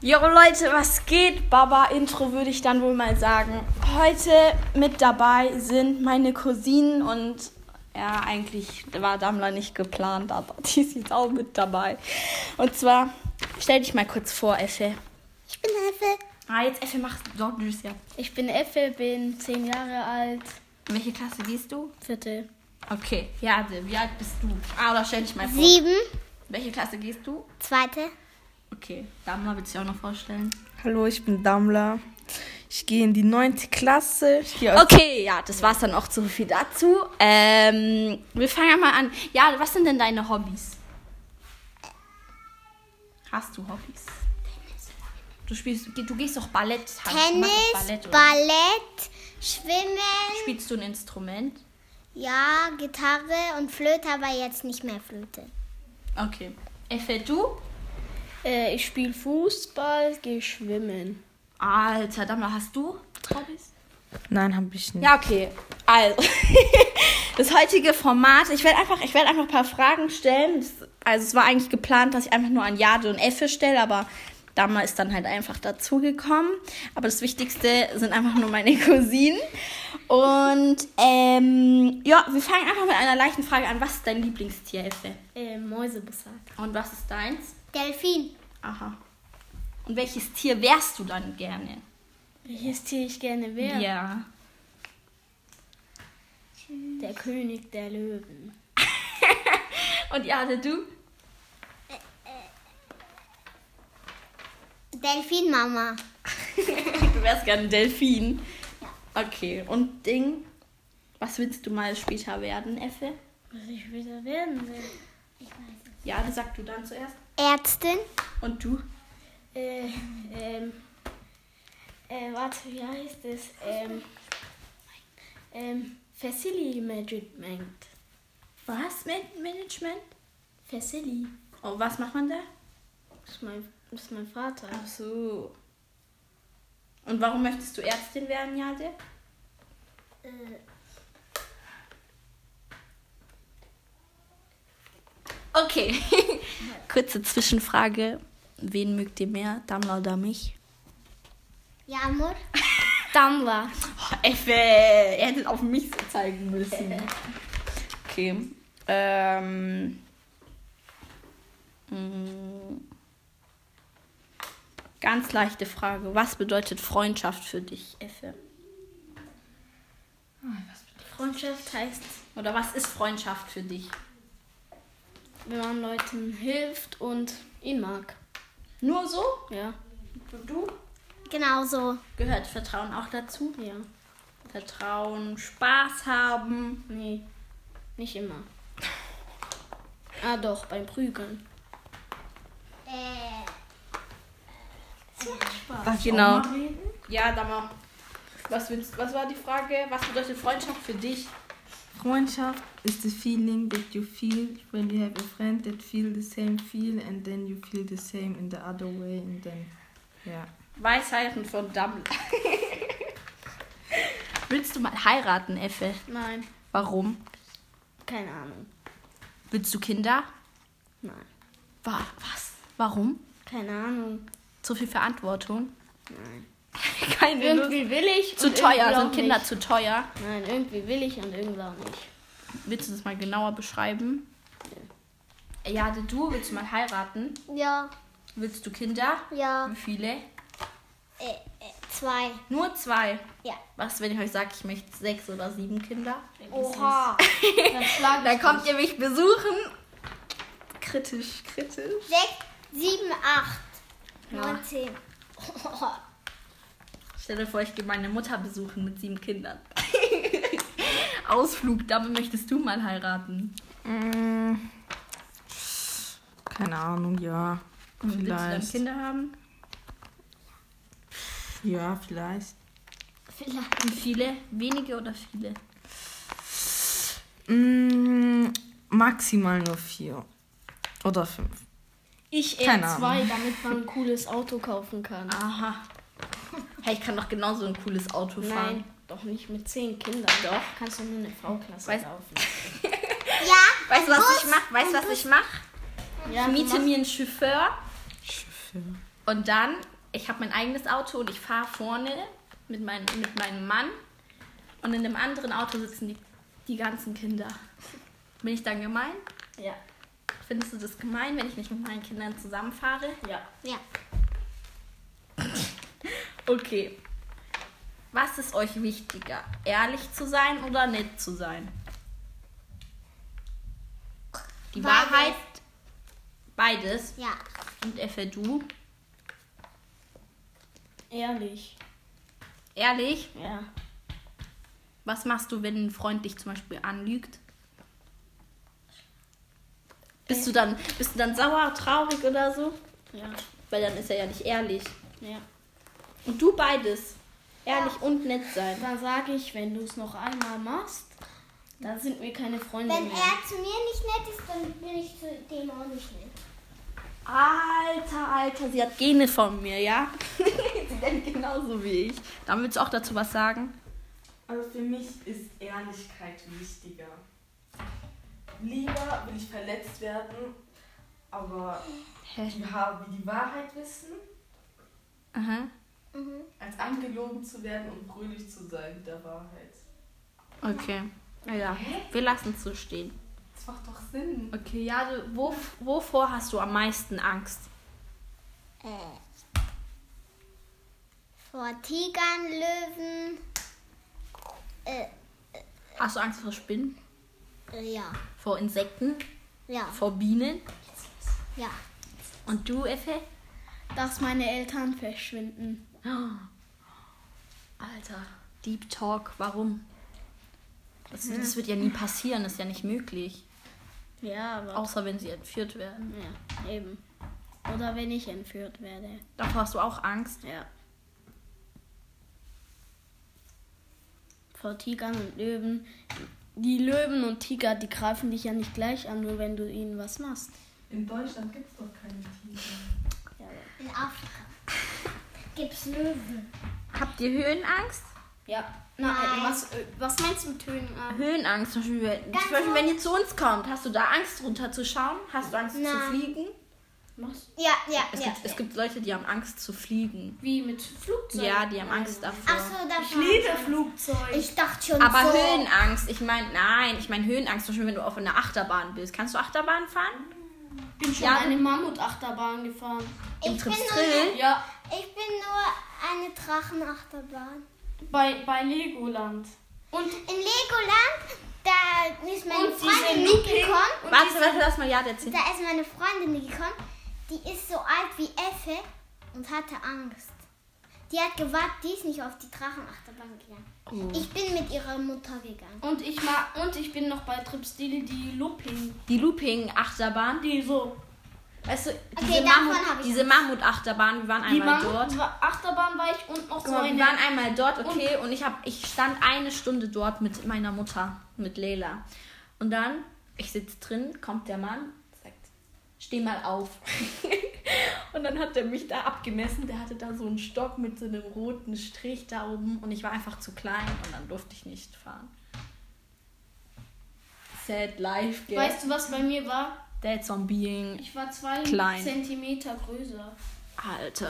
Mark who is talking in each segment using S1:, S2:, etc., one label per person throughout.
S1: Jo Leute, was geht? Baba Intro würde ich dann wohl mal sagen. Heute mit dabei sind meine Cousinen und ja, eigentlich war Dammler nicht geplant, aber die ist jetzt auch mit dabei. Und zwar, stell dich mal kurz vor, Effe.
S2: Ich bin Effe.
S1: Ah, jetzt Effe macht so süß, ja.
S2: Ich bin Effe, bin zehn Jahre alt,
S1: In welche Klasse gehst du?
S2: vierte.
S1: Okay, ja, wie alt bist du? Ah, oder stell dich mal vor.
S2: Sieben,
S1: In welche Klasse gehst du?
S2: zweite.
S1: Okay, Dammler willst du dich auch noch vorstellen.
S3: Hallo, ich bin Damla. Ich gehe in die neunte Klasse. Ich gehe aus
S1: Okay, ja, das war's dann auch zu viel dazu. Ähm, wir fangen ja mal an. Ja, was sind denn deine Hobbys? Hast du Hobbys? Du spielst, du gehst doch Ballett. hast- du machst
S2: Tennis,
S1: doch Ballett, oder?
S2: Ballett, Schwimmen,
S1: Spielst du ein Instrument?
S2: ja, Gitarre und Flöte, aber jetzt nicht mehr Flöte.
S1: Okay. Effe, du?
S4: Äh, ich spiele Fußball, gehe schwimmen.
S1: Alter, Dammler, hast du Hobbys?
S3: Nein, habe ich nicht.
S1: Ja, okay. Also, das heutige Format, ich werde einfach, ich werd einfach ein paar Fragen stellen. Das- Also, es war eigentlich geplant, dass ich einfach nur an Jade und Effe stelle, aber Dama ist dann halt einfach dazugekommen. Aber das Wichtigste sind einfach nur meine Cousinen. Und, ähm, ja, wir fangen einfach mit einer leichten Frage an. Was ist dein Lieblingstier, Effe?
S4: Äh, Mäusebussard.
S1: Und was ist deins?
S2: Delfin,
S1: Aha. Und welches Tier wärst du dann gerne?
S4: Welches Tier ich gerne wäre?
S1: ja.
S4: Der König der Löwen.
S1: Und Jade, du?
S2: Delfinmama,
S1: Du wärst gerne ein Delfin. Okay, und Ding, was willst du mal später werden, Effe?
S4: Was ich wieder werden will?
S1: Ja, das sagst du dann zuerst.
S2: Ärztin,
S1: Und du?
S4: Äh, ähm, äh, warte, wie heißt es? Ähm, ähm, Facility Management.
S1: Was? Man Management?
S4: Facility.
S1: Oh, was macht man da?
S4: Das ist mein, das ist mein Vater.
S1: Ach so. Und warum möchtest du Ärztin werden, Jade? Äh. Okay. Kurze Zwischenfrage. Wen mögt ihr mehr, Damla oder mich?
S2: Jamur,
S4: Dammler.
S1: Oh, Effe, ihr hättet auf mich so zeigen müssen. Okay. Ähm. Mm. Ganz leichte Frage. Was bedeutet Freundschaft für dich, Effe?
S4: Freundschaft heißt,
S1: Oder was ist Freundschaft für dich?
S4: wenn man Leuten hilft und ihn mag.
S1: Nur so?
S4: Ja,
S1: Und Du?
S2: genauso.
S1: Gehört Vertrauen auch dazu?
S4: ja.
S1: Vertrauen, Spaß haben.
S4: Nee, nicht immer. Ah doch, beim Prügeln.
S2: Äh,
S3: Darf ich
S1: Genau.
S3: auch mal reden?
S1: Ja, Dama. Was, willst- was war die Frage? Was bedeutet Freundschaft für dich?
S3: Freundschaft is the feeling that you feel when you have a friend that feel the same feel and then you feel the same in the other way and then ja.
S1: Weisheiten von Dammler. Willst du mal heiraten, Effe?
S4: Nein,
S1: Warum?
S4: keine Ahnung.
S1: Willst du Kinder?
S4: Nein,
S1: Wa- Was? Warum?
S4: keine Ahnung.
S1: Zu viel Verantwortung? Nein. Keine Lust.
S4: Irgendwie will ich.
S1: Zu
S4: und
S1: teuer,
S4: irgendwie
S1: sind
S4: auch
S1: Kinder
S4: nicht.
S1: zu teuer.
S4: Nein, irgendwie will ich und irgendwie auch nicht.
S1: Willst du das mal genauer beschreiben? Ja, du willst du mal heiraten?
S2: ja,
S1: Willst du Kinder?
S2: ja,
S1: Wie viele?
S2: äh, äh, zwei,
S1: Nur zwei.
S2: ja.
S1: Was, wenn ich euch sage, ich möchte sechs oder sieben Kinder?
S2: Oha,
S1: Oh, Dann kommt ihr mich besuchen.
S3: Kritisch, kritisch.
S2: sechs, sieben, acht,
S1: Ja.
S2: neun, zehn.
S1: Stell dir vor, ich gehe meine Mutter besuchen mit sieben Kindern. Ausflug, damit möchtest du mal heiraten. Mm.
S3: Keine Ahnung, ja.
S1: Willst du dann
S3: Vielleicht.
S1: Kinder haben?
S3: Ja, vielleicht.
S2: Vielleicht.
S1: Wie viele? Wenige oder viele?
S3: Mm, maximal nur vier oder fünf.
S4: Ich eher
S3: Keine Ahnung.
S4: zwei, damit man ein cooles Auto kaufen kann.
S1: Aha. Hey, ich kann doch genauso ein cooles Auto fahren.
S4: Nein, doch nicht mit zehn Kindern. Doch. Kannst du nur eine V-Klasse
S1: Weiß-
S4: kaufen.
S2: Ja,
S1: Weißt du, was ich mache? Weißt du, was ich mache?
S4: Ja,
S1: Ich miete mir einen Chauffeur
S3: Schiffe.
S1: und dann ich habe mein eigenes Auto und ich fahre vorne mit, mein, mit meinem Mann und in dem anderen Auto sitzen die, die ganzen Kinder. Bin ich dann gemein?
S4: Ja.
S1: Findest du das gemein, wenn ich nicht mit meinen Kindern zusammenfahre?
S4: Ja.
S2: Ja.
S1: Okay. Was ist euch wichtiger? Ehrlich zu sein oder nett zu sein? Die
S2: Beides.
S1: Wahrheit. Beides.
S2: Ja.
S1: Und Effe, du?
S4: Ehrlich.
S1: Ehrlich?
S4: Ja.
S1: Was machst du, wenn ein Freund dich zum Beispiel anlügt? Bist du dann, bist du dann sauer, traurig oder so?
S4: Ja.
S1: Weil dann ist er ja nicht ehrlich.
S4: Ja.
S1: Und du beides. Ehrlich und nett sein.
S4: Dann sage ich, wenn du es noch einmal machst, dann sind wir keine Freunde
S2: Wenn
S4: mehr.
S2: er zu mir nicht nett ist, dann bin ich zu dem auch nicht nett.
S1: Alter, Alter, sie hat Gene von mir, ja? sie denkt genauso wie ich. Dann willst du auch dazu was sagen?
S5: Also für mich ist Ehrlichkeit wichtiger. Lieber will ich verletzt werden, aber
S1: Hä?
S5: die, Wahr- die Wahrheit wissen,
S1: Aha.
S2: Mhm.
S5: als angelogen zu werden und fröhlich zu sein mit der Wahrheit.
S1: Okay. Ja, wir lassen es so stehen.
S5: Das macht doch Sinn.
S1: Okay, ja, du, wo, wovor hast du am meisten Angst?
S2: Äh. Vor Tigern, Löwen. Äh,
S1: Hast du Angst vor Spinnen?
S2: äh, ja.
S1: Vor Insekten?
S2: Ja.
S1: Vor Bienen?
S2: Ja.
S1: Und du, Effe?
S4: Dass meine Eltern verschwinden.
S1: Oh. Alter, Deep Talk, warum? Das, das wird ja nie passieren, das ist ja nicht möglich.
S4: Ja, aber.
S1: Außer wenn sie entführt werden.
S4: Ja, eben. Oder wenn ich entführt werde.
S1: Davor hast du auch Angst.
S4: Ja. Vor Tigern und Löwen. Die Löwen und Tiger, die greifen dich ja nicht gleich an, nur wenn du ihnen was machst.
S5: In Deutschland gibt es doch keine Tiere.
S4: Ja, aber-
S2: In Afrika gibt's Löwen.
S1: Habt ihr Höhenangst?
S4: ja. Na,
S2: Nein.
S4: äh, was, äh, was meinst du mit Tönen an?
S1: Höhenangst, zum Beispiel, wenn- zum Beispiel, wenn ihr zu uns kommt, hast du da Angst runterzuschauen? Hast du Angst zu
S2: Nein.
S1: fliegen?
S4: Machst
S2: Ja, ja,
S1: Es,
S2: ja.
S1: gibt, es gibt Leute, die haben Angst zu fliegen.
S4: Wie mit Flugzeugen?
S1: Ja, die haben Angst davor.
S2: Ach so, da
S5: Ich liebe Flugzeuge.
S2: Ich dachte schon
S1: Aber
S2: so.
S1: Höhenangst, ich meine, nein, ich meine Höhenangst, zum Beispiel, wenn du auf einer Achterbahn bist. Kannst du Achterbahn fahren?
S4: Ich bin schon
S1: Ja.
S4: eine Mammutachterbahn gefahren.
S1: Im
S2: Ich bin,
S1: Trips
S2: nur
S1: Thrill?
S2: eine,
S4: Ja,
S2: ich bin nur eine Drachenachterbahn.
S4: bei, bei Legoland. Und, und
S2: In Legoland, da ist meine
S4: Und diese
S2: Freundin mitgekommen.
S1: Warte, warte, lass mal ja erzählen.
S2: Da ist meine Freundin mitgekommen. Die ist so alt wie Effe und hatte Angst. Die hat gewartet, die ist nicht auf die Drachenachterbahn gegangen. Ich bin mit ihrer Mutter gegangen.
S4: und ich mag, und ich bin noch bei Tripstile die Looping.
S1: Die Looping-Achterbahn.
S4: Die so.
S1: Weißt du,
S2: Okay,
S1: diese,
S2: davon
S1: Mammut,
S2: hab ich
S1: diese Mammut-Achterbahn, wir waren
S4: Die
S1: einmal dort.
S4: Mammut Achterbahn war ich und noch
S1: Guck
S4: so
S1: mal, wir
S4: eine.
S1: waren einmal dort, okay, ne. und, ich hab, ich stand eine Stunde dort mit meiner Mutter, mit Leila. Und dann, ich sitze drin, kommt der Mann, sagt, steh mal auf. und dann hat er mich da abgemessen, der hatte da so einen Stock mit so einem roten Strich da oben und ich war einfach zu klein und dann durfte ich nicht fahren. Sad life, gell? Weißt
S4: Weißt du, was bei mir war?
S1: That's on being
S4: Ich war zwei
S1: Klein.
S4: Zentimeter größer.
S1: Alter.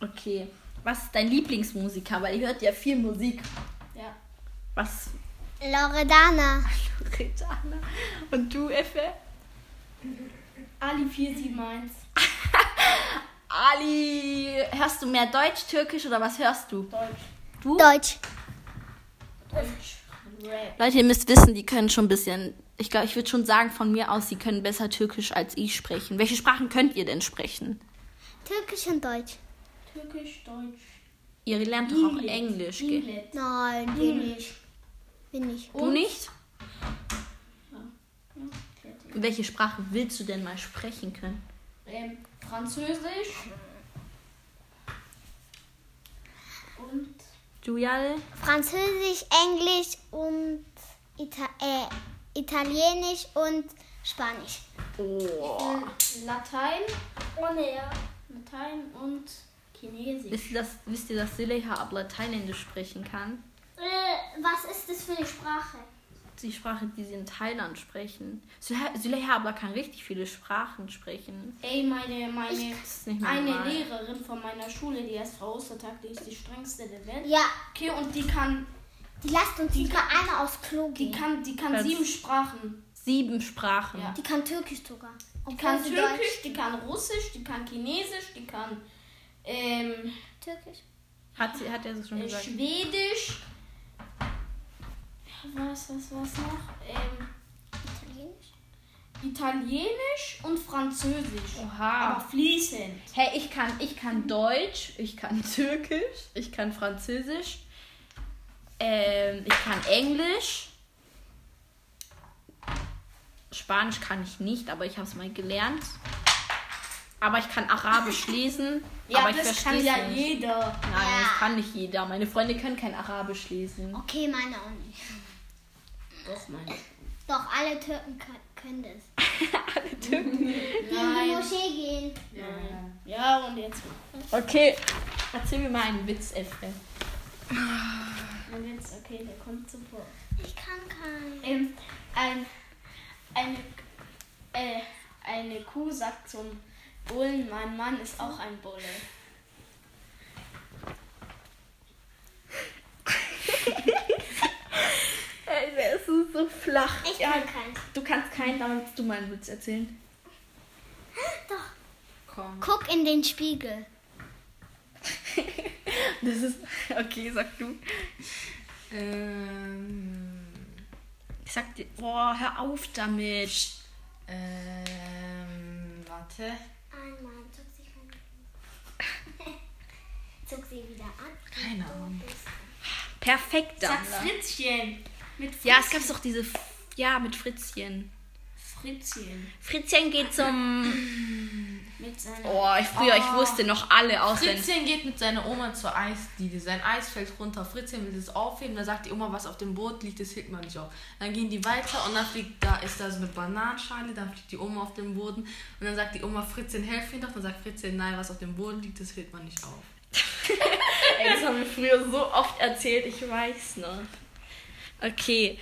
S1: Okay. Was ist dein Lieblingsmusiker? Weil ihr hört ja viel Musik.
S4: Ja.
S1: Was?
S2: Loredana.
S1: Loredana. Und du, Effe?
S4: Ali 471.
S1: Ali, hörst du mehr Deutsch, Türkisch oder was hörst du?
S4: Deutsch.
S1: Du?
S2: Deutsch.
S4: Rap.
S1: Leute, ihr müsst wissen, die können schon ein bisschen. Ich glaube, ich würde schon sagen, von mir aus, sie können besser Türkisch als ich sprechen. Welche Sprachen könnt ihr denn sprechen?
S2: Türkisch und Deutsch.
S4: Türkisch, Deutsch.
S1: Ihr lernt doch auch Englisch, gell?
S4: Englisch.
S2: Nein, bin ich. Bin ich.
S1: Du nicht?
S4: Fertig.
S1: Welche Sprache willst du denn mal sprechen können?
S4: Ähm, Französisch. Und
S1: Du, Jade?
S2: Französisch, Englisch und Ita äh, Italienisch und Spanisch.
S4: Latein. Oh ne, ja. Latein und Chinesisch.
S1: Wisst ihr, dass, wisst ihr,
S2: Äh,
S1: dass Sileha ab Lateinendisch sprechen kann?
S2: was ist das für eine Sprache?
S1: die Sprache, die sie in Thailand sprechen. Süleyha Süleyha aber kann richtig viele Sprachen sprechen.
S4: Ey, meine, meine,
S1: Das ist nicht
S4: eine
S1: normal.
S4: Lehrerin von meiner Schule, die ist Frau Ostertag, die ist die strengste der Welt.
S2: Ja,
S4: Okay, und die kann,
S2: die lasst uns nicht mal einer aufs Klo
S4: die
S2: gehen.
S4: kann, die kann
S1: Das-
S4: sieben Sprachen.
S1: Sieben Sprachen.
S4: Ja.
S2: Die kann Türkisch sogar.
S4: Die
S2: Obwohl
S4: kann
S2: sie
S4: Türkisch, die kann Russisch, die kann Chinesisch, die kann ähm,
S2: Deutsch- Türkisch.
S1: Hat, sie, hat er das schon
S4: äh,
S1: gesagt?
S4: Schwedisch. Was, was, was noch? Ähm,
S2: Italienisch.
S4: Italienisch und Französisch.
S1: Oha.
S4: Aber fließend.
S1: Hey, ich kann, ich kann Deutsch, ich kann Türkisch, ich kann Französisch, ähm, ich kann Englisch. Spanisch kann ich nicht, aber ich habe es mal gelernt. Aber ich kann Arabisch lesen, aber ich
S4: das kann
S1: verstehe
S4: ja
S1: es nicht.
S4: jeder.
S1: Nein,
S2: Ja.
S1: das kann nicht jeder. Meine Freunde können kein Arabisch lesen.
S2: Okay, meine auch nicht.
S1: Doch, meine.
S2: Doch, alle Türken kö- können das. Die in die
S4: Nein.
S2: Moschee gehen.
S5: Ja.
S4: Ja, und jetzt.
S1: Okay, erzähl mir mal einen Witz, Effe.
S4: Und jetzt, okay, der kommt sofort.
S2: Ich kann keinen.
S4: Ähm, ein, eine, äh, eine Kuh sagt zum Bullen, mein Mann ist auch ein Bulle.
S1: Ey, der ist so flach.
S2: Ich kann keinen.
S1: Du kannst keinen, dann musst du mal einen Witz erzählen.
S2: Doch.
S5: Komm.
S2: Guck in den Spiegel.
S1: Das ist. Okay, sag du.
S5: Ähm.
S1: Ich sag dir. Boah, hör auf damit.
S5: Ähm. Warte.
S2: Einmal zog sich mein Zog sie wieder an.
S5: Keine Ahnung.
S1: Perfekt dann.
S4: Sag Fritzchen. Mit Fritz
S1: Ja, es gab doch diese. F ja, mit Fritzchen.
S4: Fritzchen.
S1: Fritzchen geht zum.
S4: Mit seiner.
S1: Oh, ich früher, ich wusste noch alle auswendig.
S5: Fritzchen geht mit seiner Oma zur Eisdiele. Sein Eis fällt runter. Fritzchen will es aufheben. Dann sagt die Oma, was auf dem Boot liegt, das hebt man nicht auf. Dann gehen die weiter und dann fliegt, da ist da so eine Bananenschale. Dann fliegt die Oma auf den Boden. Und dann sagt die Oma, Fritzchen, helf mir doch. Dann sagt Fritzchen, nein, was auf dem Boden liegt, das hebt man nicht auf.
S1: Ey, das haben wir früher so oft erzählt, ich weiß noch. Okay.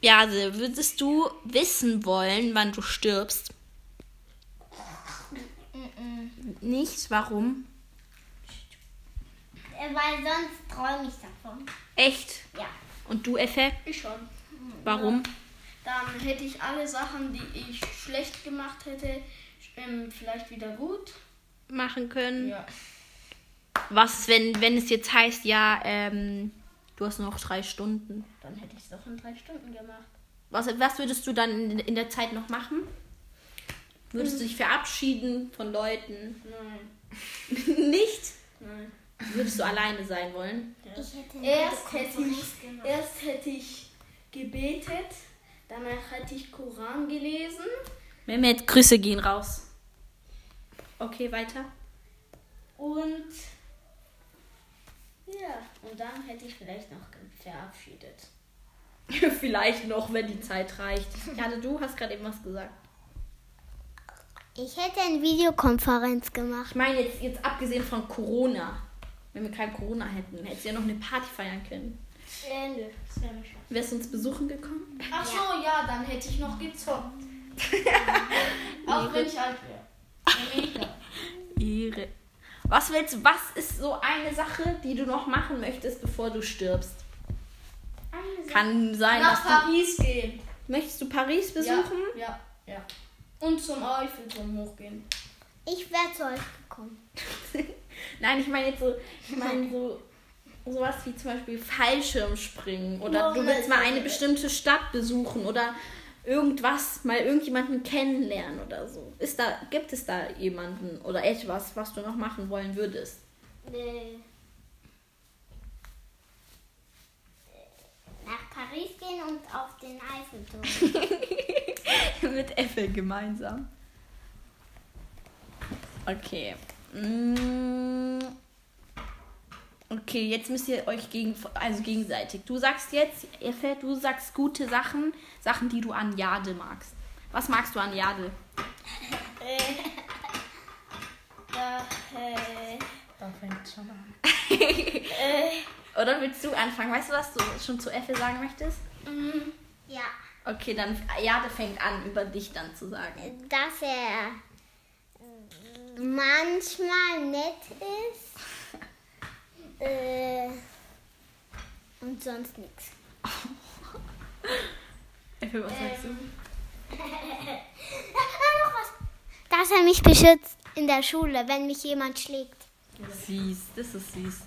S1: Jase, würdest du wissen wollen, wann du stirbst?
S4: Mm,
S1: Nicht? Warum?
S2: Äh, Weil sonst träume ich davon.
S1: Echt?
S2: Ja.
S1: Und du, Effe?
S4: Ich schon.
S1: Warum?
S4: Dann hätte ich alle Sachen, die ich schlecht gemacht hätte, ähm, vielleicht wieder gut.
S1: machen können.
S4: Ja.
S1: Was, wenn, wenn es jetzt heißt, ja, ähm, du hast nur noch drei Stunden.
S4: Dann hätte ich es doch in drei Stunden gemacht.
S1: Was, was würdest du dann in, in der Zeit noch machen? Würdest du dich verabschieden von Leuten?
S4: Nein,
S1: Nicht?
S4: nein.
S1: Würdest du alleine sein wollen?
S2: Ich hätte eine
S4: Erst hätte,
S2: Videokonferenz
S4: ich,
S2: gemacht.
S4: erst hätte ich gebetet, danach hätte ich Koran gelesen.
S1: Mehmet, Grüße gehen raus. Okay, weiter.
S4: Und ja, und dann hätte ich vielleicht noch ge- verabschiedet.
S1: Vielleicht noch, wenn die Zeit reicht. Gerade du hast gerade eben was gesagt.
S2: Ich hätte eine Videokonferenz gemacht.
S1: Ich meine, jetzt, jetzt abgesehen von Corona. Wenn wir kein Corona hätten, hättest du ja noch eine Party feiern können.
S4: Äh, nö, das wäre mir schade.
S1: Wärst du uns besuchen gekommen?
S4: Ach so, ja, dann hätte ich noch gezockt. Auch wenn ich alt wäre. Mega.
S1: Ehre. Was willst was ist so eine Sache, die du noch machen möchtest, bevor du stirbst? Kann sein, dass
S4: Nach
S1: du,
S4: Paris gehen.
S1: möchtest du Paris besuchen?
S4: Ja, ja, ja. Und zum Eiffelturm hochgehen.
S2: Ich wäre zu euch gekommen.
S1: Nein, ich meine jetzt so, ich meine so sowas wie zum Beispiel Fallschirmspringen oder du willst mal eine bestimmte Stadt besuchen oder irgendwas, mal irgendjemanden kennenlernen oder so. Ist da, gibt es da jemanden oder etwas, was du noch machen wollen würdest?
S2: Nee. Nach Paris gehen und auf den Eiffelturm.
S1: Mit Äffel gemeinsam. Okay. Mm. Okay, jetzt müsst ihr euch gegen, also gegenseitig. Du sagst jetzt, Äffel, du sagst gute Sachen, Sachen, die du an Jade magst. Was magst du an Jade?
S4: Da, äh,
S5: Da fängt schon an.
S1: Oder willst du anfangen? Weißt du, was du schon zu Äffel sagen möchtest?
S2: Ja.
S1: Okay, dann Jade fängt an, über dich dann zu sagen.
S2: dass er manchmal nett ist äh, und sonst nichts.
S1: Effe, was sagst du?
S2: Dass er mich beschützt in der Schule, wenn mich jemand schlägt.
S1: Süß, das ist süß.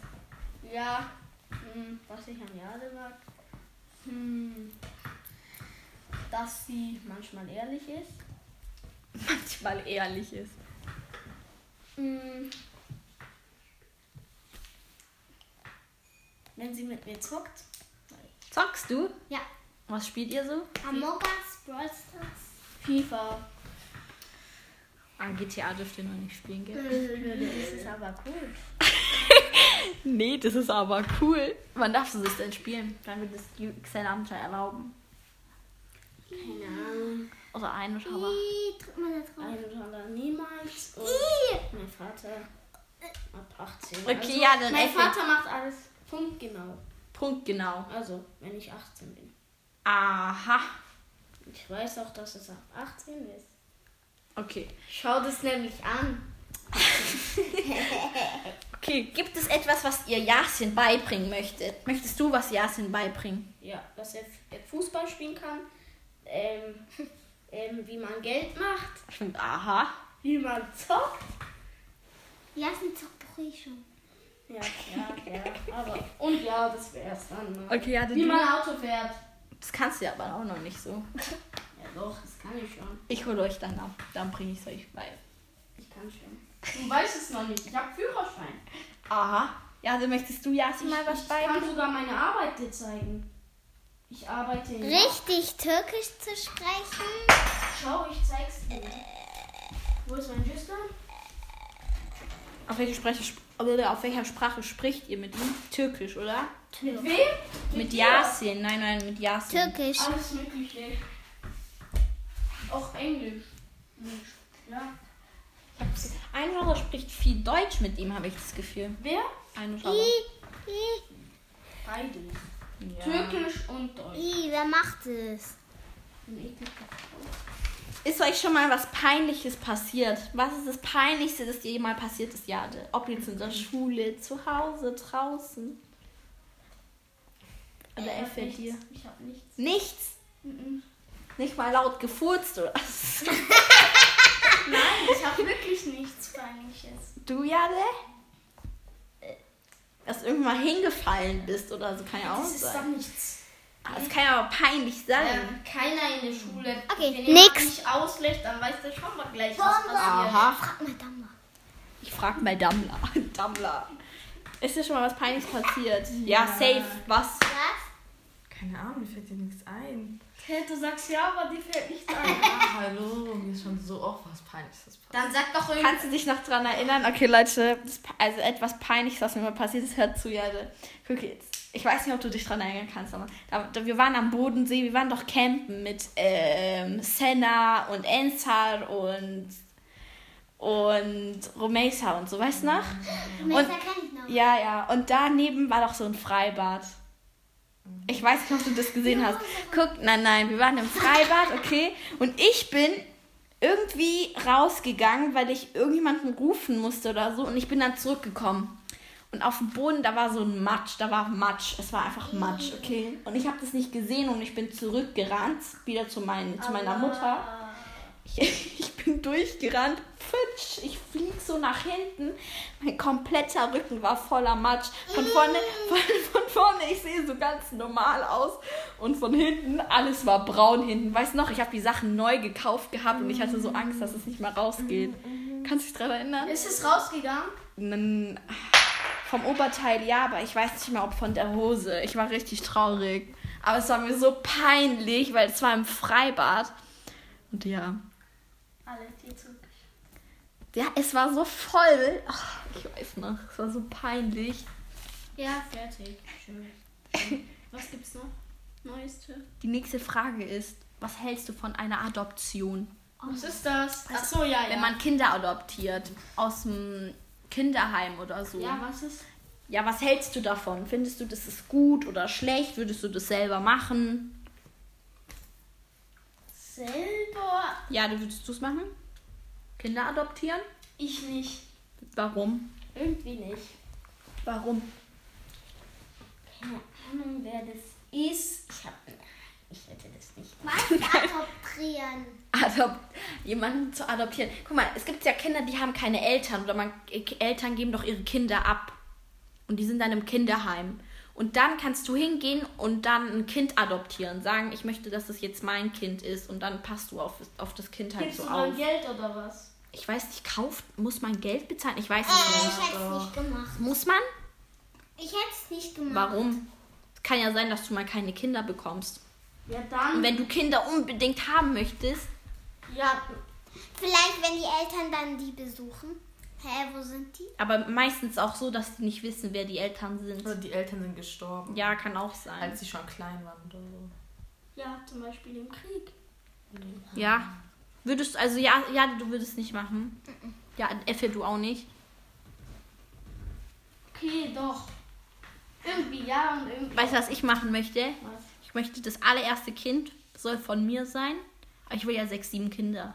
S4: Ja, hm, was ich an Jade mag, hm, dass sie manchmal ehrlich ist.
S1: Manchmal ehrlich ist.
S4: Hm, wenn sie mit mir zockt.
S1: Zockst du?
S2: Ja.
S1: Was spielt ihr so?
S2: Among Us, Brawl Stars.
S4: FIFA.
S1: Ah, GTA dürft ihr noch nicht spielen, gell?
S4: das ist aber cool.
S1: Nee, das ist aber cool. Wann darfst du das denn spielen? Wann wird das UXL-Amt erlauben? Hm. Keine Ahnung. Oder ein oder aber.
S2: Ih, drück mal da drauf.
S4: Ein oder andere Also niemals. Und mein Vater ab 18.
S1: Okay, ja, dann
S4: Mein
S1: Effi.
S4: Vater macht alles punktgenau.
S1: Punkt genau.
S4: Also, wenn ich 18 bin.
S1: Aha.
S4: Ich weiß auch, dass es ab 18 ist.
S1: Okay.
S4: Schau das nämlich an.
S1: Okay, gibt es etwas, was ihr Jasin beibringen möchtet? Möchtest du was Jasin beibringen?
S4: Ja, dass er F- er Fußball spielen kann. Ähm, ähm, wie man Geld macht.
S1: Stimmt, aha.
S4: Wie man zockt.
S2: Lassen doch ruhig schon.
S4: Ja, ja, ja. Aber, und ja, das wär's dann. Ne?
S1: Okay, ja,
S4: Wie
S1: du,
S4: man Auto fährt.
S1: das kannst du ja aber auch noch nicht so.
S4: Ja, doch, das kann ich schon.
S1: Ich hole euch dann ab, dann bringe ich es euch bei.
S4: Ich kann schon. Du weißt es noch nicht. Ich habe Führerschein.
S1: Aha. Ja, dann möchtest du Jasin mal was
S4: Ich kann
S1: beibringen?
S4: sogar meine Arbeit dir zeigen. Ich arbeite in
S2: Richtig türkisch zu sprechen.
S4: Schau, ich zeig's dir. Wo ist mein Schüchtern?
S1: Auf welche, Sprache, sp- oder auf welcher Sprache spricht ihr mit ihm? Türkisch, oder?
S4: Mit wem?
S1: Mit
S4: dir?
S1: Yasin. Nein, nein, mit Yasin.
S2: Türkisch.
S4: Alles Mögliche. Auch Englisch. Ja.
S1: Ein Genre spricht viel Deutsch mit ihm, habe ich das Gefühl.
S4: Wer?
S1: Ein Genre.
S2: Ih, ih,
S4: Beides.
S1: Ja.
S4: Türkisch und Deutsch.
S2: ih, wer macht es?
S1: Ist euch schon mal was Peinliches passiert? Was ist das Peinlichste, das dir mal passiert ist, Jade? Ob jetzt in der Schule, zu Hause, draußen? Oder er für dir?
S4: Ich hab nichts.
S1: Nichts? Nicht mal laut gefurzt oder
S4: Nein, ich hab wirklich nichts Peinliches.
S1: Du, Jade? Dass du irgendwann mal hingefallen bist oder so, kann ja auch
S4: Das ist doch
S1: sein.
S4: nichts.
S1: Ah, Das kann ja aber peinlich sein.
S4: Ähm, keiner in der Schule.
S2: Okay,
S4: Wenn jemand
S2: nix.
S4: mich auslässt, dann weiß der schon mal gleich, was passiert.
S1: Aha.
S2: Frag mal Damla.
S1: Ich frag mal Dammler. Dammler. Ist dir schon mal was Peinliches passiert? Ja, safe. Was?
S2: Was?
S3: Keine Ahnung, mir fällt dir nichts ein.
S4: Okay, du sagst ja, aber dir fällt nichts ein.
S5: Ah, hallo, mir ist schon so oft was Peinliches passiert.
S4: Dann sag doch irgendwie.
S1: Kannst du dich noch dran erinnern? Okay, Leute, das ist pe- also etwas peinliches, was mir mal passiert ist, hört zu, Jade. Guck jetzt. Ich weiß nicht, ob du dich dran erinnern kannst, aber da, da, wir waren am Bodensee, wir waren doch campen mit ähm, Senna und Ensar und, und Romesa und so, weißt du noch?
S2: Messer kann ich noch.
S1: Ja, ja. Und daneben war doch so ein Freibad. Ich weiß nicht, ob du das gesehen hast. Guck, nein, nein, wir waren im Freibad, okay? Und ich bin irgendwie rausgegangen, weil ich irgendjemanden rufen musste oder so. Und ich bin dann zurückgekommen. Und auf dem Boden, da war so ein Matsch, da war Matsch. Es war einfach Matsch, okay? Und ich habe das nicht gesehen und ich bin zurückgerannt, wieder zu, meinen, zu meiner Mutter. Ich, ich bin durchgerannt. Futsch, ich flieg so nach hinten. Mein kompletter Rücken war voller Matsch. Von vorne, von, von vorne, ich sehe so ganz normal aus. Und von hinten, alles war braun hinten. Weißt du noch, ich habe die Sachen neu gekauft gehabt und ich hatte so Angst, dass es nicht mehr rausgeht. Kannst du dich dran erinnern?
S4: Ist es rausgegangen?
S1: Nen- Vom Oberteil ja, aber ich weiß nicht mehr, ob von der Hose. Ich war richtig traurig. Aber es war mir so peinlich, weil es war im Freibad. Und ja.
S4: Alle vier zu.
S1: Ja, es war so voll. Ach, ich weiß noch, es war so peinlich.
S4: Ja, fertig. Schön. Was gibt's noch? Neueste.
S1: Die nächste Frage ist, was hältst du von einer Adoption?
S4: Was ist das? Ach so, ja, ja.
S1: Wenn man Kinder adoptiert, aus dem Kinderheim oder so.
S4: ja, was ist?
S1: Ja, was hältst du davon? Findest du, das ist gut oder schlecht? Würdest du das selber machen?
S4: selber.
S1: Ja, du würdest du es machen? Kinder adoptieren?
S4: Ich nicht.
S1: Warum?
S4: Irgendwie nicht.
S1: Warum?
S4: Keine Ahnung, wer das ist. Ich hab. Ich hätte das nicht.
S2: Was? Adoptieren.
S1: Adop jemanden zu adoptieren. Guck mal, es gibt ja Kinder, die haben keine Eltern oder man, äh, Eltern geben doch ihre Kinder ab. Und die sind dann im Kinderheim. Und dann kannst du hingehen und dann ein Kind adoptieren. Sagen, ich möchte, dass es jetzt mein Kind ist. Und dann passt du auf, auf das Kind halt
S4: Gibst
S1: so
S4: du mal
S1: auf.
S4: Geld oder was?
S1: Ich weiß nicht, kauft, muss man Geld bezahlen? Ich weiß
S2: Äh,
S1: nicht.
S2: ich hätte es nicht gemacht.
S1: Muss man?
S2: Ich hätte es nicht gemacht.
S1: Warum? Es kann ja sein, dass du mal keine Kinder bekommst.
S4: Ja, dann.
S1: Und wenn du Kinder unbedingt haben möchtest,
S4: ja,
S2: Vielleicht, wenn die Eltern dann die besuchen. Hä, wo sind die?
S1: aber meistens auch so, dass die nicht wissen, wer die Eltern sind.
S3: Oder die Eltern sind gestorben.
S1: Ja, kann auch sein.
S3: Als sie schon klein waren oder so.
S4: ja, zum Beispiel im Krieg.
S1: Ja. Würdest also ja, ja, du würdest nicht machen. Ja, Effe, du auch nicht.
S4: Okay, doch. Irgendwie ja und irgendwie.
S1: Weißt du, was ich machen möchte?
S4: Was?
S1: Ich möchte, das allererste Kind soll von mir sein. Aber ich will ja sechs, sieben Kinder.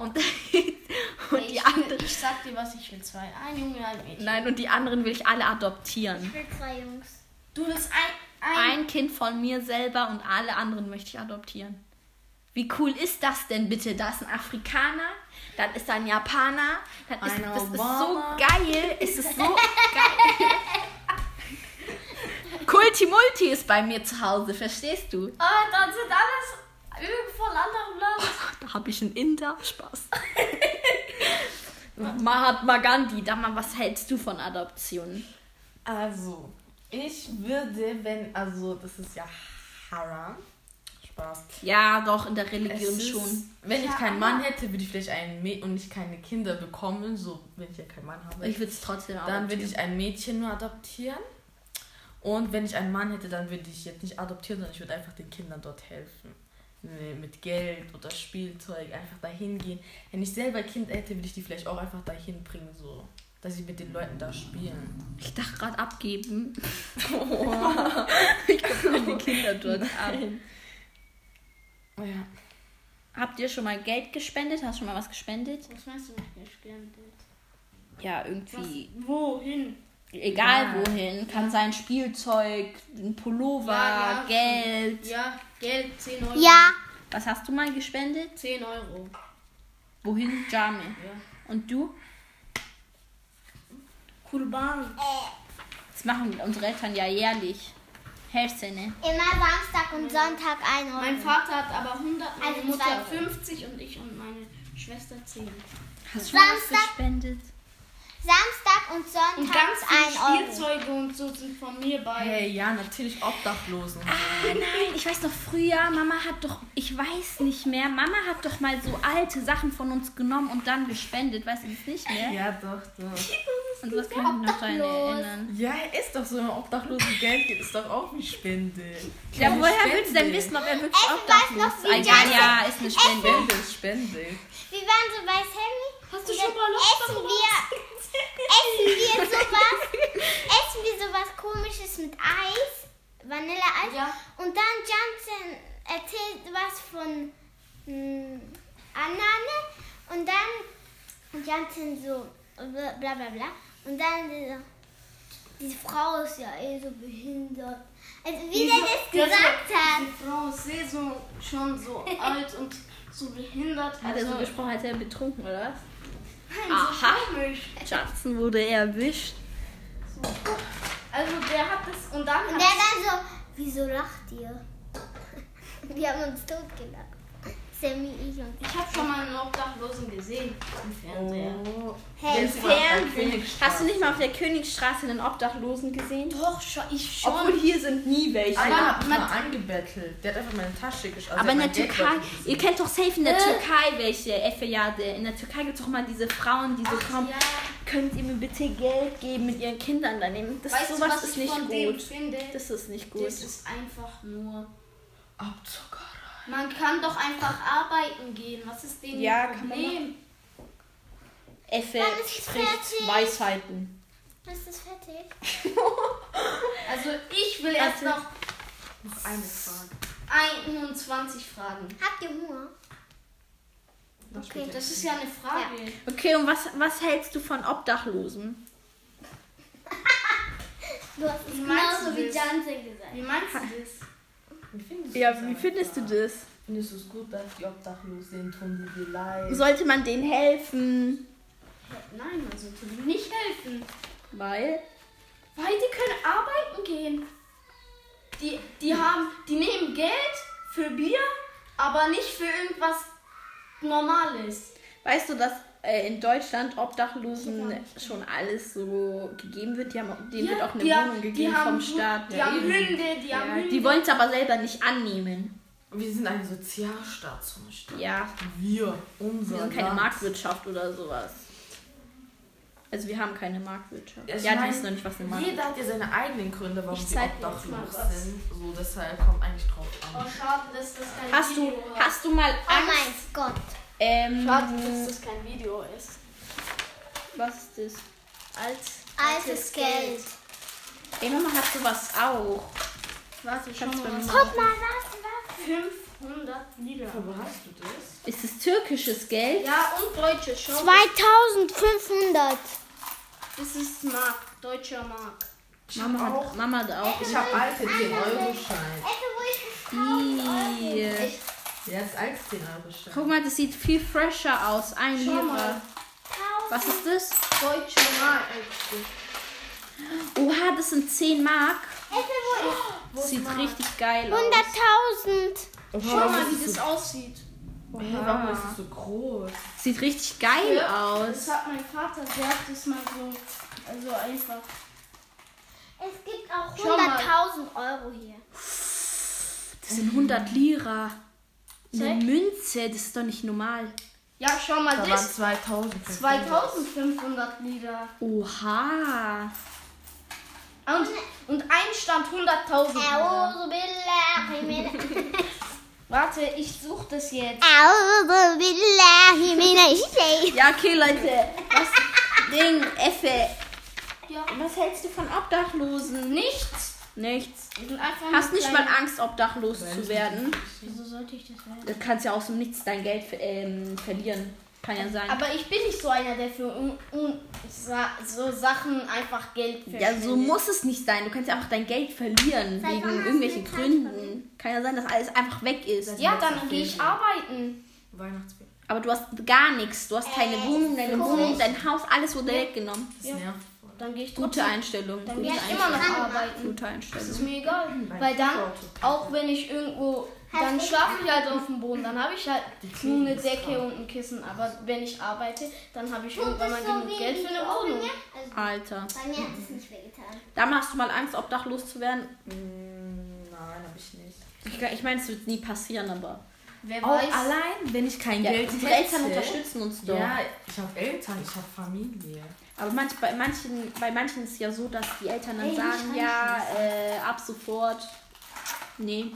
S1: Und, und die
S4: ich,
S1: anderen.
S4: ich sag dir was, ich will zwei. Ein Junge, halt ein Mädchen.
S1: Nein, und die anderen will ich alle adoptieren.
S2: Ich will zwei Jungs.
S4: Du willst ein. ein,
S1: Ein Kind von mir selber und alle anderen möchte ich adoptieren. Wie cool ist das denn bitte? Da ist ein Afrikaner, dann ist da ein Japaner, dann ist
S3: Einer
S1: das ist so
S3: Obama.
S1: geil, es ist so geil. Kultimulti ist bei mir zu Hause, verstehst du?
S4: Ah, dann sind alles irgendwo von anderem Land.
S1: Da habe ich einen Inder, Spaß. Mahatma Gandhi, da mal, was hältst du von Adoption?
S3: Also, ich würde, wenn, also, das ist ja Haram. Spaß.
S1: Ja, doch, in der
S3: Es
S1: Religion
S3: ist-
S1: schon.
S3: Wenn ich keinen Mann hätte, würde ich vielleicht ein Mädchen und nicht keine Kinder bekommen, so wenn ich ja keinen Mann habe.
S1: Ich würde es trotzdem
S3: dann
S1: adoptieren.
S3: würde ich ein Mädchen nur adoptieren. Und wenn ich einen Mann hätte, dann würde ich jetzt nicht adoptieren, sondern ich würde einfach den Kindern dort helfen. Nee, Mit Geld oder Spielzeug einfach dahin gehen. Wenn ich selber ein Kind hätte, würde ich die vielleicht auch einfach dahin bringen, so. Dass sie mit den Leuten da spielen.
S1: Ich dachte gerade abgeben.
S4: Oh.
S1: ich komme die Kinder dort ab.
S3: Ja.
S1: Habt ihr schon mal Geld gespendet? Hast du schon mal was gespendet?
S4: Was meinst du mit mir spendet?
S1: Ja, irgendwie.
S4: Wohin?
S1: Egal wohin. Kann sein Spielzeug, ein Pullover,
S4: Ja, ja.
S1: Geld.
S4: Ja, Geld 10 Euro.
S2: Ja,
S1: Was hast du mal gespendet?
S4: 10 Euro.
S1: Wohin? Jame. Und du?
S4: Kurban.
S1: Das machen unsere Eltern ja jährlich. ne? Hälsene.
S2: immer Samstag und Sonntag ein Euro.
S4: Mein Vater hat aber 100, meine
S2: Also zwei
S4: Mutter
S2: Euro.
S4: 50 und ich und meine Schwester 10.
S1: Hast du schon was
S2: Samstag-
S1: gespendet?
S2: Samstag und Sonntag
S4: Und ganz
S2: ein
S4: viele
S2: Euro.
S4: Spielzeuge und so sind von mir bei.
S3: Hey, ja, natürlich Obdachlosen.
S1: Ah, nein, ich weiß noch früher, Mama hat doch, ich weiß nicht mehr, Mama hat doch mal so alte Sachen von uns genommen und dann gespendet, weißt du das nicht mehr?
S3: Ja, doch, doch.
S1: Und sowas kann ich mich noch daran
S2: Obdachlos.
S1: erinnern.
S3: Ja, ist doch so, wenn man Obdachlosen Geld gibt, ist doch auch wie Spende.
S1: Ja, woher willst du denn
S3: Spende.
S1: wissen, ob er wirklich
S2: Essen
S1: obdachlos
S2: weiß
S1: ist?
S2: noch, wie
S1: Egal,
S2: Jason-
S1: ja, ist eine Spende.
S3: Spende ist Spende.
S2: Wir waren so bei Sammy.
S4: Hast du
S2: und
S4: schon
S2: dann
S4: mal Lust
S2: essen
S4: darauf?
S2: wir, essen wir sowas, essen wir sowas komisches mit Eis, Vanilleeis.
S4: Ja.
S2: Und dann Johnson erzählt was von mh, Anane und dann und Johnson so bla bla bla. bla. Und dann diese, diese Frau ist ja eh so behindert. Also wie der das gesagt hat.
S4: Die Frau ist eh so, schon so alt und so behindert.
S1: Hat er
S4: also
S1: so gesprochen, als er betrunken, oder was?
S4: Nein, so
S1: Aha.
S4: komisch.
S1: Johnson wurde erwischt.
S4: Also der hat das und dann
S2: Und der
S4: hat
S2: dann so, wieso lacht ihr? Wir haben uns totgelacht. Sammy, ich und
S4: Ich habe schon mal einen Obdachlosen gesehen im Fernseher.
S3: Oh.
S2: Hey,
S3: Jetzt mal auf der Königstraße.
S1: Hast du nicht mal auf der Königsstraße einen Obdachlosen gesehen?
S4: Doch, schon, ich schon.
S1: Obwohl hier sind nie welche.
S3: Einer hat
S4: man-
S3: mal angebettelt. Der hat einfach meine Tasche also geschaut.
S1: Aber in der Türkei, ihr kennt doch safe in der Türkei welche Effejade. In der Türkei gibt es doch mal diese Frauen, die so kommen,
S4: ja.
S1: könnt ihr mir bitte Geld geben mit ihren Kindern daneben. Das
S4: weißt du,
S1: sowas
S4: was
S1: ist
S4: ich
S1: nicht
S4: von dem
S1: gut.
S4: finde?
S1: Das ist nicht gut.
S4: das ist einfach nur.
S3: Abzucker.
S4: Man kann doch einfach arbeiten gehen. Was ist denn
S1: Ja,
S4: das
S1: kann man
S4: Problem?
S1: Effe
S2: Dann ist es
S1: spricht
S2: fertig.
S1: Weisheiten.
S2: Ist das fertig?
S4: Also ich will erst
S1: Warte.
S4: noch
S3: Eine Frage.
S4: 21 Fragen.
S2: Habt ihr Hunger? Okay.
S4: Das ist ja eine Frage.
S1: Okay, und was, was hältst du von Obdachlosen?
S2: Du hast es
S4: meinst
S2: genauso
S4: du
S2: wie
S4: das?
S2: Johnson gesagt.
S4: Wie meinst du das?
S1: Ja, wie findest du das?
S3: Findest du es gut, dass die Obdachlosen sind? Tun die dir leid?
S1: Sollte man denen helfen?
S4: Nein, man sollte ihm nicht helfen.
S1: Weil?
S4: Weil die können arbeiten gehen. Die, die haben, die nehmen Geld für Bier, aber nicht für irgendwas Normales.
S1: Weißt du, dass äh, in Deutschland Obdachlosen schon alles so gegeben wird? Die haben, denen wird auch eine
S4: die haben-
S1: Wohnung
S4: die
S1: gegeben
S4: haben
S1: vom
S4: Hu-
S1: Staat.
S4: Die
S1: Ja,
S4: haben
S1: eben.
S4: Hunde, die haben
S1: ja,
S4: Hunde.
S1: die wollen es aber selber nicht annehmen.
S3: Wir sind ein Sozialstaat zum Beispiel.
S1: Ja,
S3: Wir, unser
S1: wir sind keine
S3: Land.
S1: Marktwirtschaft oder sowas. Also wir haben keine Marktwirtschaft.
S3: Ich
S1: ja, die
S3: mein,
S1: wissen noch nicht, was eine Marktwirtschaft
S3: Jeder hat ja seine eigenen Gründe, warum
S1: Ich
S3: sie
S1: zeig dir jetzt
S3: obdachlos
S4: mal was.
S3: sind. So, deshalb kommt eigentlich drauf
S4: Oh,
S3: an.
S4: schade, dass das kein
S1: ist. Hast du,
S4: Video ist.
S1: hast du mal
S2: Oh
S1: Angst?
S2: mein Gott.
S1: ähm,
S4: Schade, dass das kein Video ist.
S1: was ist das?
S4: Als
S2: Altes Geld.
S1: Ey, Mama hat sowas auch. Warte, schau mal.
S2: Guck mal, was, was?
S4: 500 Lieder.
S3: Aber hast du das?
S1: Ist es türkisches Geld?
S4: Ja, und deutsche Show.
S2: 2500.
S4: Das ist Mark, deutscher Mark.
S1: Mama hat, Mama hat auch.
S3: Ich habe alte 10-Euro-Schein.
S2: Ecke, wo ich
S1: Ih.
S3: Ja, das ist alt 10-Euro-Schein.
S1: Guck mal, das sieht viel fresher aus. Ein
S4: Schau
S1: Lira.
S4: mal.
S2: gekauft
S1: Was ist das?
S4: Deutsche Mark
S1: Oh,
S4: eigentlich.
S1: Oha, das sind 10 Mark.
S2: Ecke, wo ich
S1: Das sieht richtig geil aus.
S2: 100.000.
S4: Schau mal, wie das aussieht.
S3: Hey, warum ist es so groß?
S1: Sieht richtig geil aus.
S4: Das hat mein Vater, der hat das mal so. Also einfach.
S2: Es gibt auch
S4: Schau mal.
S2: 100.000 Euro hier.
S1: Das sind 100 Lira. Eine Münze, das ist doch nicht normal.
S4: Ja, schau mal,
S3: Da waren
S4: das.
S3: 2000.
S4: 2500 Lieder.
S1: Oha.
S4: Und, und ein stand 100.000 Lieder.
S2: Euzubillah, Jimena.
S4: Warte, ich suche das jetzt.
S2: Euzubillah, Jimena. Ich sehe.
S1: Ja, okay, Leute. Was, Ding, Effe.
S4: Ja.
S1: Was hältst du von Obdachlosen?
S4: Nichts.
S1: Nichts.
S4: Die sind einfach
S1: Hast
S4: nur
S1: nicht mal
S4: kleine-
S1: Angst, obdachlos zu werden?
S4: Wieso sollte ich das werden?
S1: Du kannst ja aus dem Nichts dein Geld ähm, verlieren. Kann ja sein.
S4: Aber ich bin nicht so einer, der für un, un, sa, so Sachen einfach Geld
S1: Ja, so
S4: verschwendet.
S1: muss es nicht sein. Du kannst ja auch dein Geld verlieren
S2: Seit wann
S1: wegen
S2: hast
S1: irgendwelchen
S2: du Zeit
S1: Gründen. Kann ja sein, dass alles einfach weg ist.
S4: Ja, dann gehe ich arbeiten.
S3: Weihnachtsbier.
S1: Aber du hast gar nichts. Du hast keine Wohnung, deine Wohnung, dein Haus, alles wurde weggenommen.
S3: Das nervt voll.
S4: Dann gehe ich
S1: Gute
S4: trotzdem.
S1: Einstellung.
S4: Dann
S1: Gute,
S4: gehe
S2: Ja,
S4: ich
S1: Ein
S4: immer noch
S2: kann man.
S4: arbeiten.
S1: gute
S4: Das ist
S1: Einstellung.
S4: mir egal. Weil dann, auch wenn ich irgendwo, dann schlafe ich halt auf dem Boden. Dann habe ich halt nur eine Decke und ein Kissen. Aber wenn ich arbeite, dann habe ich irgendwann mal genug Geld für eine Wohnung.
S2: Also,
S1: Alter.
S2: bei mir hat es nicht wehgetan.
S1: Damals hast du mal Angst, obdachlos zu werden.
S3: Mm, Nein, habe ich nicht.
S1: Ich, ich meine, es wird nie passieren, aber.
S4: Wer
S3: Auch
S4: weiß.
S3: allein, wenn ich kein
S1: Ja,
S3: Geld
S1: unsere
S3: hätte.
S1: Eltern unterstützen uns doch.
S3: Ja, ich habe Eltern, ich habe Familie.
S1: Aber manch, bei, manchen, bei manchen ist es ja so, dass die Eltern dann
S2: Ey,
S1: sagen,
S2: wahrscheinlich
S1: ja, äh, ab sofort. Nee,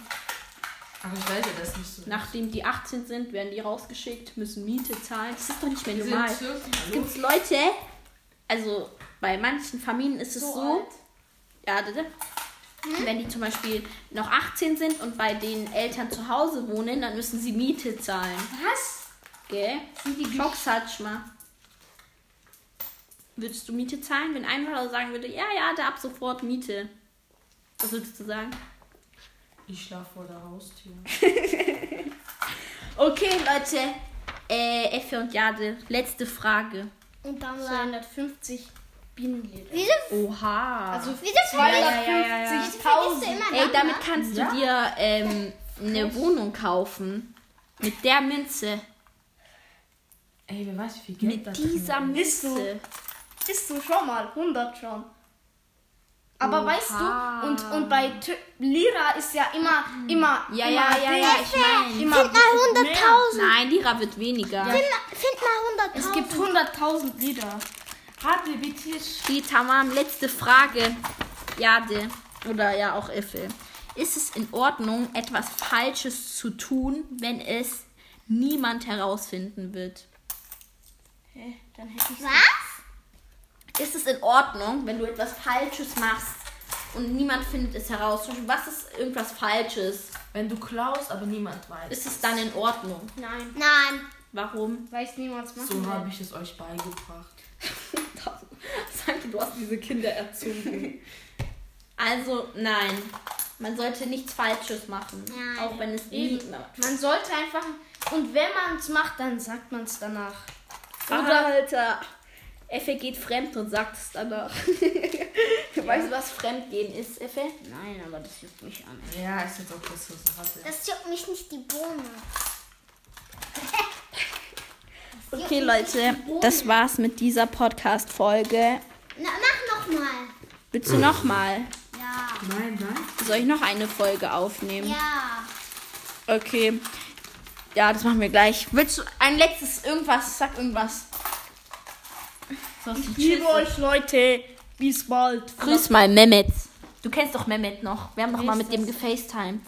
S3: Aber ich weiß ja, das ist nicht so.
S1: nachdem die 18 sind, werden die rausgeschickt, müssen Miete zahlen. Das ist doch nicht mehr
S3: Wir
S1: normal.
S3: sind Türken. Hallo?
S1: Gibt's Leute, also bei manchen Familien ist es so, Hm? ja, bitte. wenn die zum Beispiel noch 18 sind und bei den Eltern zu Hause wohnen, dann müssen sie Miete zahlen.
S4: Was?
S1: Gell? Schock, sag mal. Würdest du Miete zahlen, wenn ein Vater sagen würde, ja, ja, da ab sofort Miete? Was würdest du sagen?
S3: Ich schlafe vor der Haustür.
S1: Okay, Leute. Äh, Effe und Jade, letzte Frage.
S2: Und dann war.
S4: 250 Bienenlieder.
S2: Wieso,
S1: Oha.
S4: Also
S2: wieso vergisst,
S4: 250.000.
S2: vergisst du immer
S1: Ey,
S2: Ey,
S1: damit kannst du dir ähm, eine Wohnung kaufen. Mit der Münze.
S3: Ey, wer weiß, wie viel Geld
S1: Mit
S3: da drin
S1: dieser
S3: ist.
S4: Ist so.
S1: Münze.
S4: Ist du schon mal 100 schon. Aber weißt du, und, und bei Tö Lira ist ja immer, immer,
S1: Ja, ja,
S4: immer
S1: ja, ja, ich meine.
S4: immer
S2: mal 100.000.
S1: Nein, Lira wird weniger.
S2: Find mal 100.000.
S4: Es gibt 100.000 Lieder.
S3: Harte Bittisch.
S1: Die Tamam, letzte Frage. Jade oder ja auch Iffel. Ist es in Ordnung, etwas Falsches zu tun, wenn es niemand herausfinden wird?
S4: Dann hätte ich
S2: Was?
S1: Ist es in Ordnung, wenn du etwas Falsches machst und niemand findet es heraus? Zum Beispiel, was ist irgendwas Falsches?
S3: Wenn du klaust, aber niemand weiß.
S1: Ist es dann in Ordnung?
S4: Nein,
S2: Nein.
S1: Warum?
S4: weil es niemals macht.
S3: so habe ich es euch beigebracht.
S1: Sag, du hast diese Kinder erzogen. also, nein. Man sollte nichts Falsches machen.
S2: Nein.
S1: Auch wenn es nie
S4: Eben. Man sollte einfach. Und wenn man es macht, dann sagt man es danach.
S1: Oder Ah, Alter, Effe geht fremd und sagt es danach. Weißt du, was Fremdgehen ist, Effe?
S4: Nein, aber das juckt mich an.
S3: Ja, ist jetzt auch das, was ich hatte.
S2: Das juckt mich nicht die Bohne.
S1: Okay, Leute, das war's mit dieser Podcast-Folge.
S2: Na, mach nochmal.
S1: Willst du nochmal?
S2: Ja.
S3: Nein, nein.
S1: Soll ich noch eine Folge aufnehmen?
S2: Ja.
S1: Okay. Ja, das machen wir gleich. Willst du ein letztes irgendwas? Sag irgendwas.
S4: Sonst
S1: liebe euch, Leute. Bis bald. Grüß mal Mehmet. Du kennst doch Mehmet noch. Wir haben doch mal mit dem gefacetimed.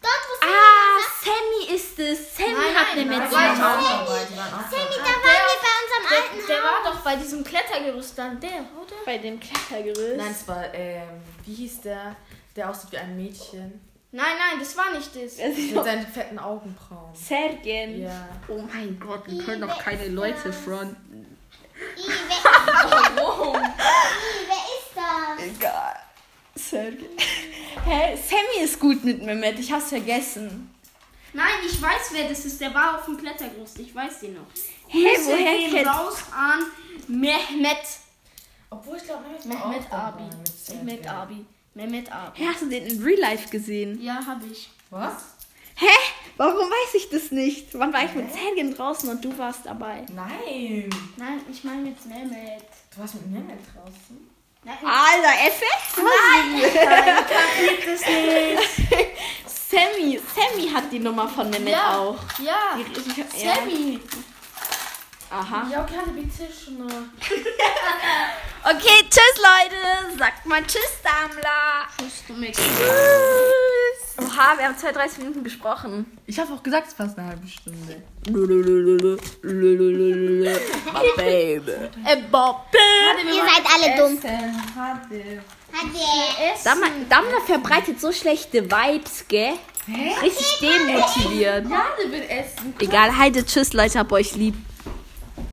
S2: Dort, wo
S1: Ah, Sammy ist es. Sammy hat Mehmet.
S3: Die waren
S1: gemacht.
S3: auch dabei, die waren auch
S2: Sammy,
S3: dabei.
S2: da waren wir bei unserem alten
S4: Der war doch bei diesem Klettergerüst dann der, oder?
S1: Bei dem Klettergerüst.
S3: Nein, es war, ähm, wie hieß der? Der aussieht wie ein Mädchen.
S4: Nein, nein, das war nicht das.
S3: Mit seinen fetten Augenbrauen.
S1: Sergen.
S3: Ja.
S1: Oh mein Gott, wir
S2: können doch keine
S1: Leute fronten.
S2: I, wer, I, wer ist das?
S1: Egal. Sergen. Hä? Sammy ist gut mit Mehmet. Ich hab's vergessen.
S4: Nein, ich weiß, wer das ist. Der war auf dem Klettergerüst. Ich weiß den noch.
S1: Hä,
S4: Grüße
S1: woher
S4: gehen
S1: kennst
S4: raus an Mehmet.
S3: Obwohl ich glaube, Mehmet, war
S4: Mehmet
S3: auch dabei
S4: Abi.
S3: mit
S4: Mehmet
S3: Serkan.
S4: Abi. Mehmet Abi.
S1: Hä, hast du den in Real Life gesehen?
S4: Ja, hab ich.
S3: Was?
S1: Hä? Warum weiß ich das nicht? Wann war ich mit Sergen draußen und du warst dabei?
S3: Nein.
S4: Nein, ich meine jetzt Mehmet.
S3: Du warst mit Mehmet draußen.
S1: Alter, Effe? Nein!
S4: Das nicht.
S1: Sammy, Sammy hat die Nummer von Mehmet
S4: Ja.
S1: auch.
S4: Ja,
S1: Ja.
S4: Sammy.
S1: Aha.
S3: Ja, okay, bitte schon. mal.
S1: Okay, tschüss, Leute. Sagt mal Tschüss, Damla.
S4: Bist du mit?
S1: Tschüss. Oha, wir haben 32 Minuten gesprochen.
S3: Ich habe auch gesagt, es passt eine halbe Stunde.
S1: Babe. Babe.
S2: Ihr seid alle dumm.
S3: Hatte.
S2: Hatte.
S1: Damla, Damla verbreitet so schlechte Vibes, gell? Richtig demotiviert.
S3: Alle will essen.
S1: Egal, haltet Tschüss, Leute, hab euch lieb.